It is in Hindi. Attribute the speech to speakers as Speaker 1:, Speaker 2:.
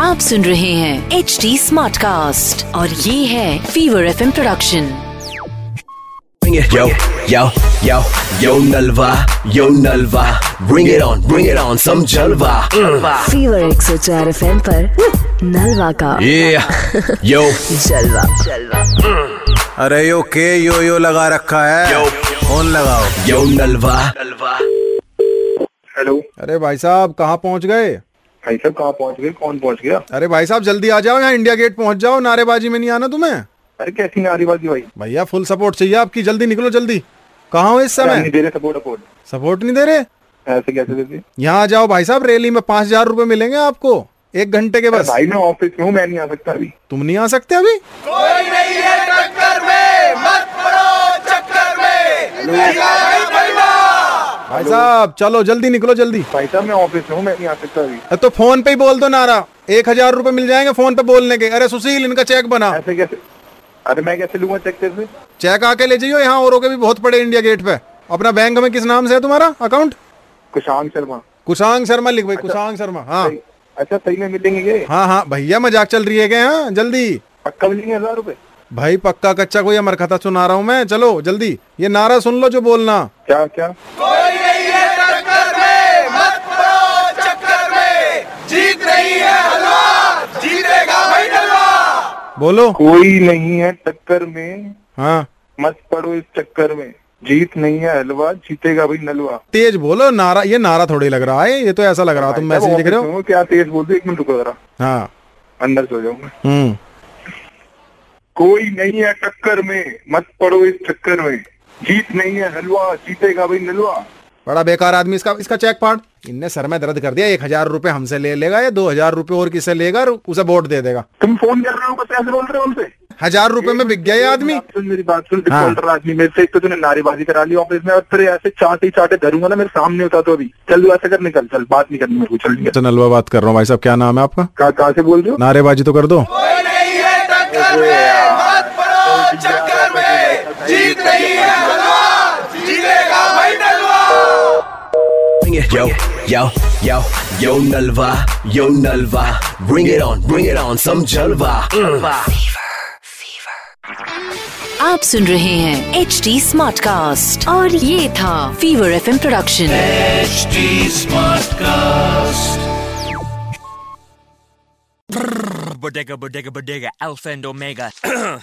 Speaker 1: आप सुन रहे हैं एच डी स्मार्ट कास्ट और ये है fever F production
Speaker 2: Bring it. Yo, yo, yo, yo Nalva, yo Nalva. Bring it on, bring it on, some Jalva. Mm.
Speaker 1: Fever एक सौ चार एफ एम नलवा का
Speaker 2: Yeah, yo,
Speaker 1: जलवा जलवा
Speaker 3: अरे यो के यो यो लगा रखा है
Speaker 2: Yo.
Speaker 3: फोन लगाओ
Speaker 2: yo Nalva.
Speaker 4: हेलो
Speaker 3: अरे भाई साहब कहाँ पहुँच गए
Speaker 4: भाई साहब कहाँ पहुँच गए कौन पहुँच गया
Speaker 3: अरे भाई साहब जल्दी आ जाओ यहाँ इंडिया गेट पहुँच जाओ नारेबाजी में नहीं आना तुम्हें
Speaker 4: अरे कैसी नारीबाजी भाई
Speaker 3: भैया फुल सपोर्ट चाहिए आपकी जल्दी निकलो जल्दी कहाँ हो इस
Speaker 4: नहीं
Speaker 3: समय
Speaker 4: दे रहे सपोर्ट अपोर्ट
Speaker 3: सपोर्ट नहीं दे रहे
Speaker 4: ऐसे कैसे देते अरे
Speaker 3: यहाँ आ जाओ भाई साहब रैली में पाँच हजार रूपए मिलेंगे आपको एक घंटे के बस
Speaker 4: भाई मैं ऑफिस में हूँ मैं नहीं आ सकता अभी
Speaker 3: तुम नहीं आ सकते अभी भाई साहब चलो जल्दी निकलो जल्दी
Speaker 4: भाई साहब मैं ऑफिस में हूँ मैं नहीं आ सकता अभी
Speaker 3: अरे तो फोन पे ही बोल दो नारा एक हजार रूपए मिल जाएंगे फोन पे बोलने के अरे सुशील इनका चेक बना
Speaker 4: ऐसे कैसे अरे मैं कैसे लूंगा चेक तेरे से
Speaker 3: चेक आके ले जाइयो यहाँ औरों के भी बहुत पड़े इंडिया गेट पे अपना बैंक में किस नाम से है तुम्हारा अकाउंट
Speaker 4: कुशांग शर्मा
Speaker 3: कुशांग शर्मा लिख भाई कुशांग शर्मा हाँ
Speaker 4: सही- अच्छा सही में मिलेंगे ये
Speaker 3: हाँ हाँ भैया मजाक चल रही है क्या हाँ जल्दी
Speaker 4: पक्का मिलेंगे हजार रुपए
Speaker 3: भाई पक्का कच्चा कोई अमर कथा सुना रहा हूँ मैं चलो जल्दी ये नारा सुन लो जो बोलना
Speaker 4: क्या क्या
Speaker 3: बोलो
Speaker 4: कोई नहीं है टक्कर में
Speaker 3: हाँ
Speaker 4: मत पड़ो इस चक्कर में जीत नहीं है हलवा जीतेगा भाई नलवा
Speaker 3: तेज बोलो नारा ये नारा थोड़ी लग रहा है ये तो ऐसा लग रहा तुम
Speaker 4: भाई साहब,
Speaker 3: मैसेज लिख रहे
Speaker 4: ऑफिस में
Speaker 3: हो
Speaker 4: हूँ, क्या तेज बोल दो एक मिनट रुको जरा
Speaker 3: हाँ
Speaker 4: अंदर सो जाऊंगा
Speaker 3: हम्म
Speaker 4: कोई नहीं है टक्कर में मत पड़ो इस चक्कर में जीत नहीं है हलवा जीतेगा भाई नलवा
Speaker 3: बड़ा बेकार आदमी इसका इसका चेक फाड़ इनने सर में दर्द कर दिया एक हजार रुपये हमसे ले लेगा या दो हजार रुपये और किसे लेगा और उसे वोट दे देगा
Speaker 4: तुम फोन कर रहे हो बस ऐसे बोल रहे हो हमसे
Speaker 3: हजार रुपए में बिक गया ये आदमी हाँ।
Speaker 4: सुन मेरी बात सुन डिफॉल्टर आदमी मेरे से एक तो तूने नारेबाजी करा ली ऑफिस में और फिर ऐसे चाटे चाटे धरूंगा ना मेरे सामने होता तो अभी चल तू ऐसा कर निकल चल बात नहीं करनी मेरे को चल निकल
Speaker 3: अच्छा नलवा बात कर रहा हूँ भाई साहब क्या नाम है आपका
Speaker 4: कहाँ कहाँ से बोल रहे हो
Speaker 3: नारेबाजी तो कर दो
Speaker 2: Bring it. Yo, yo, yo, yo Nalva, yo Nalva. Bring it on, bring it on, some Jalva.
Speaker 1: आप सुन रहे हैं एच डी स्मार्ट कास्ट और ये था fever F production
Speaker 5: Bodega, bodega, bodega, alpha and omega.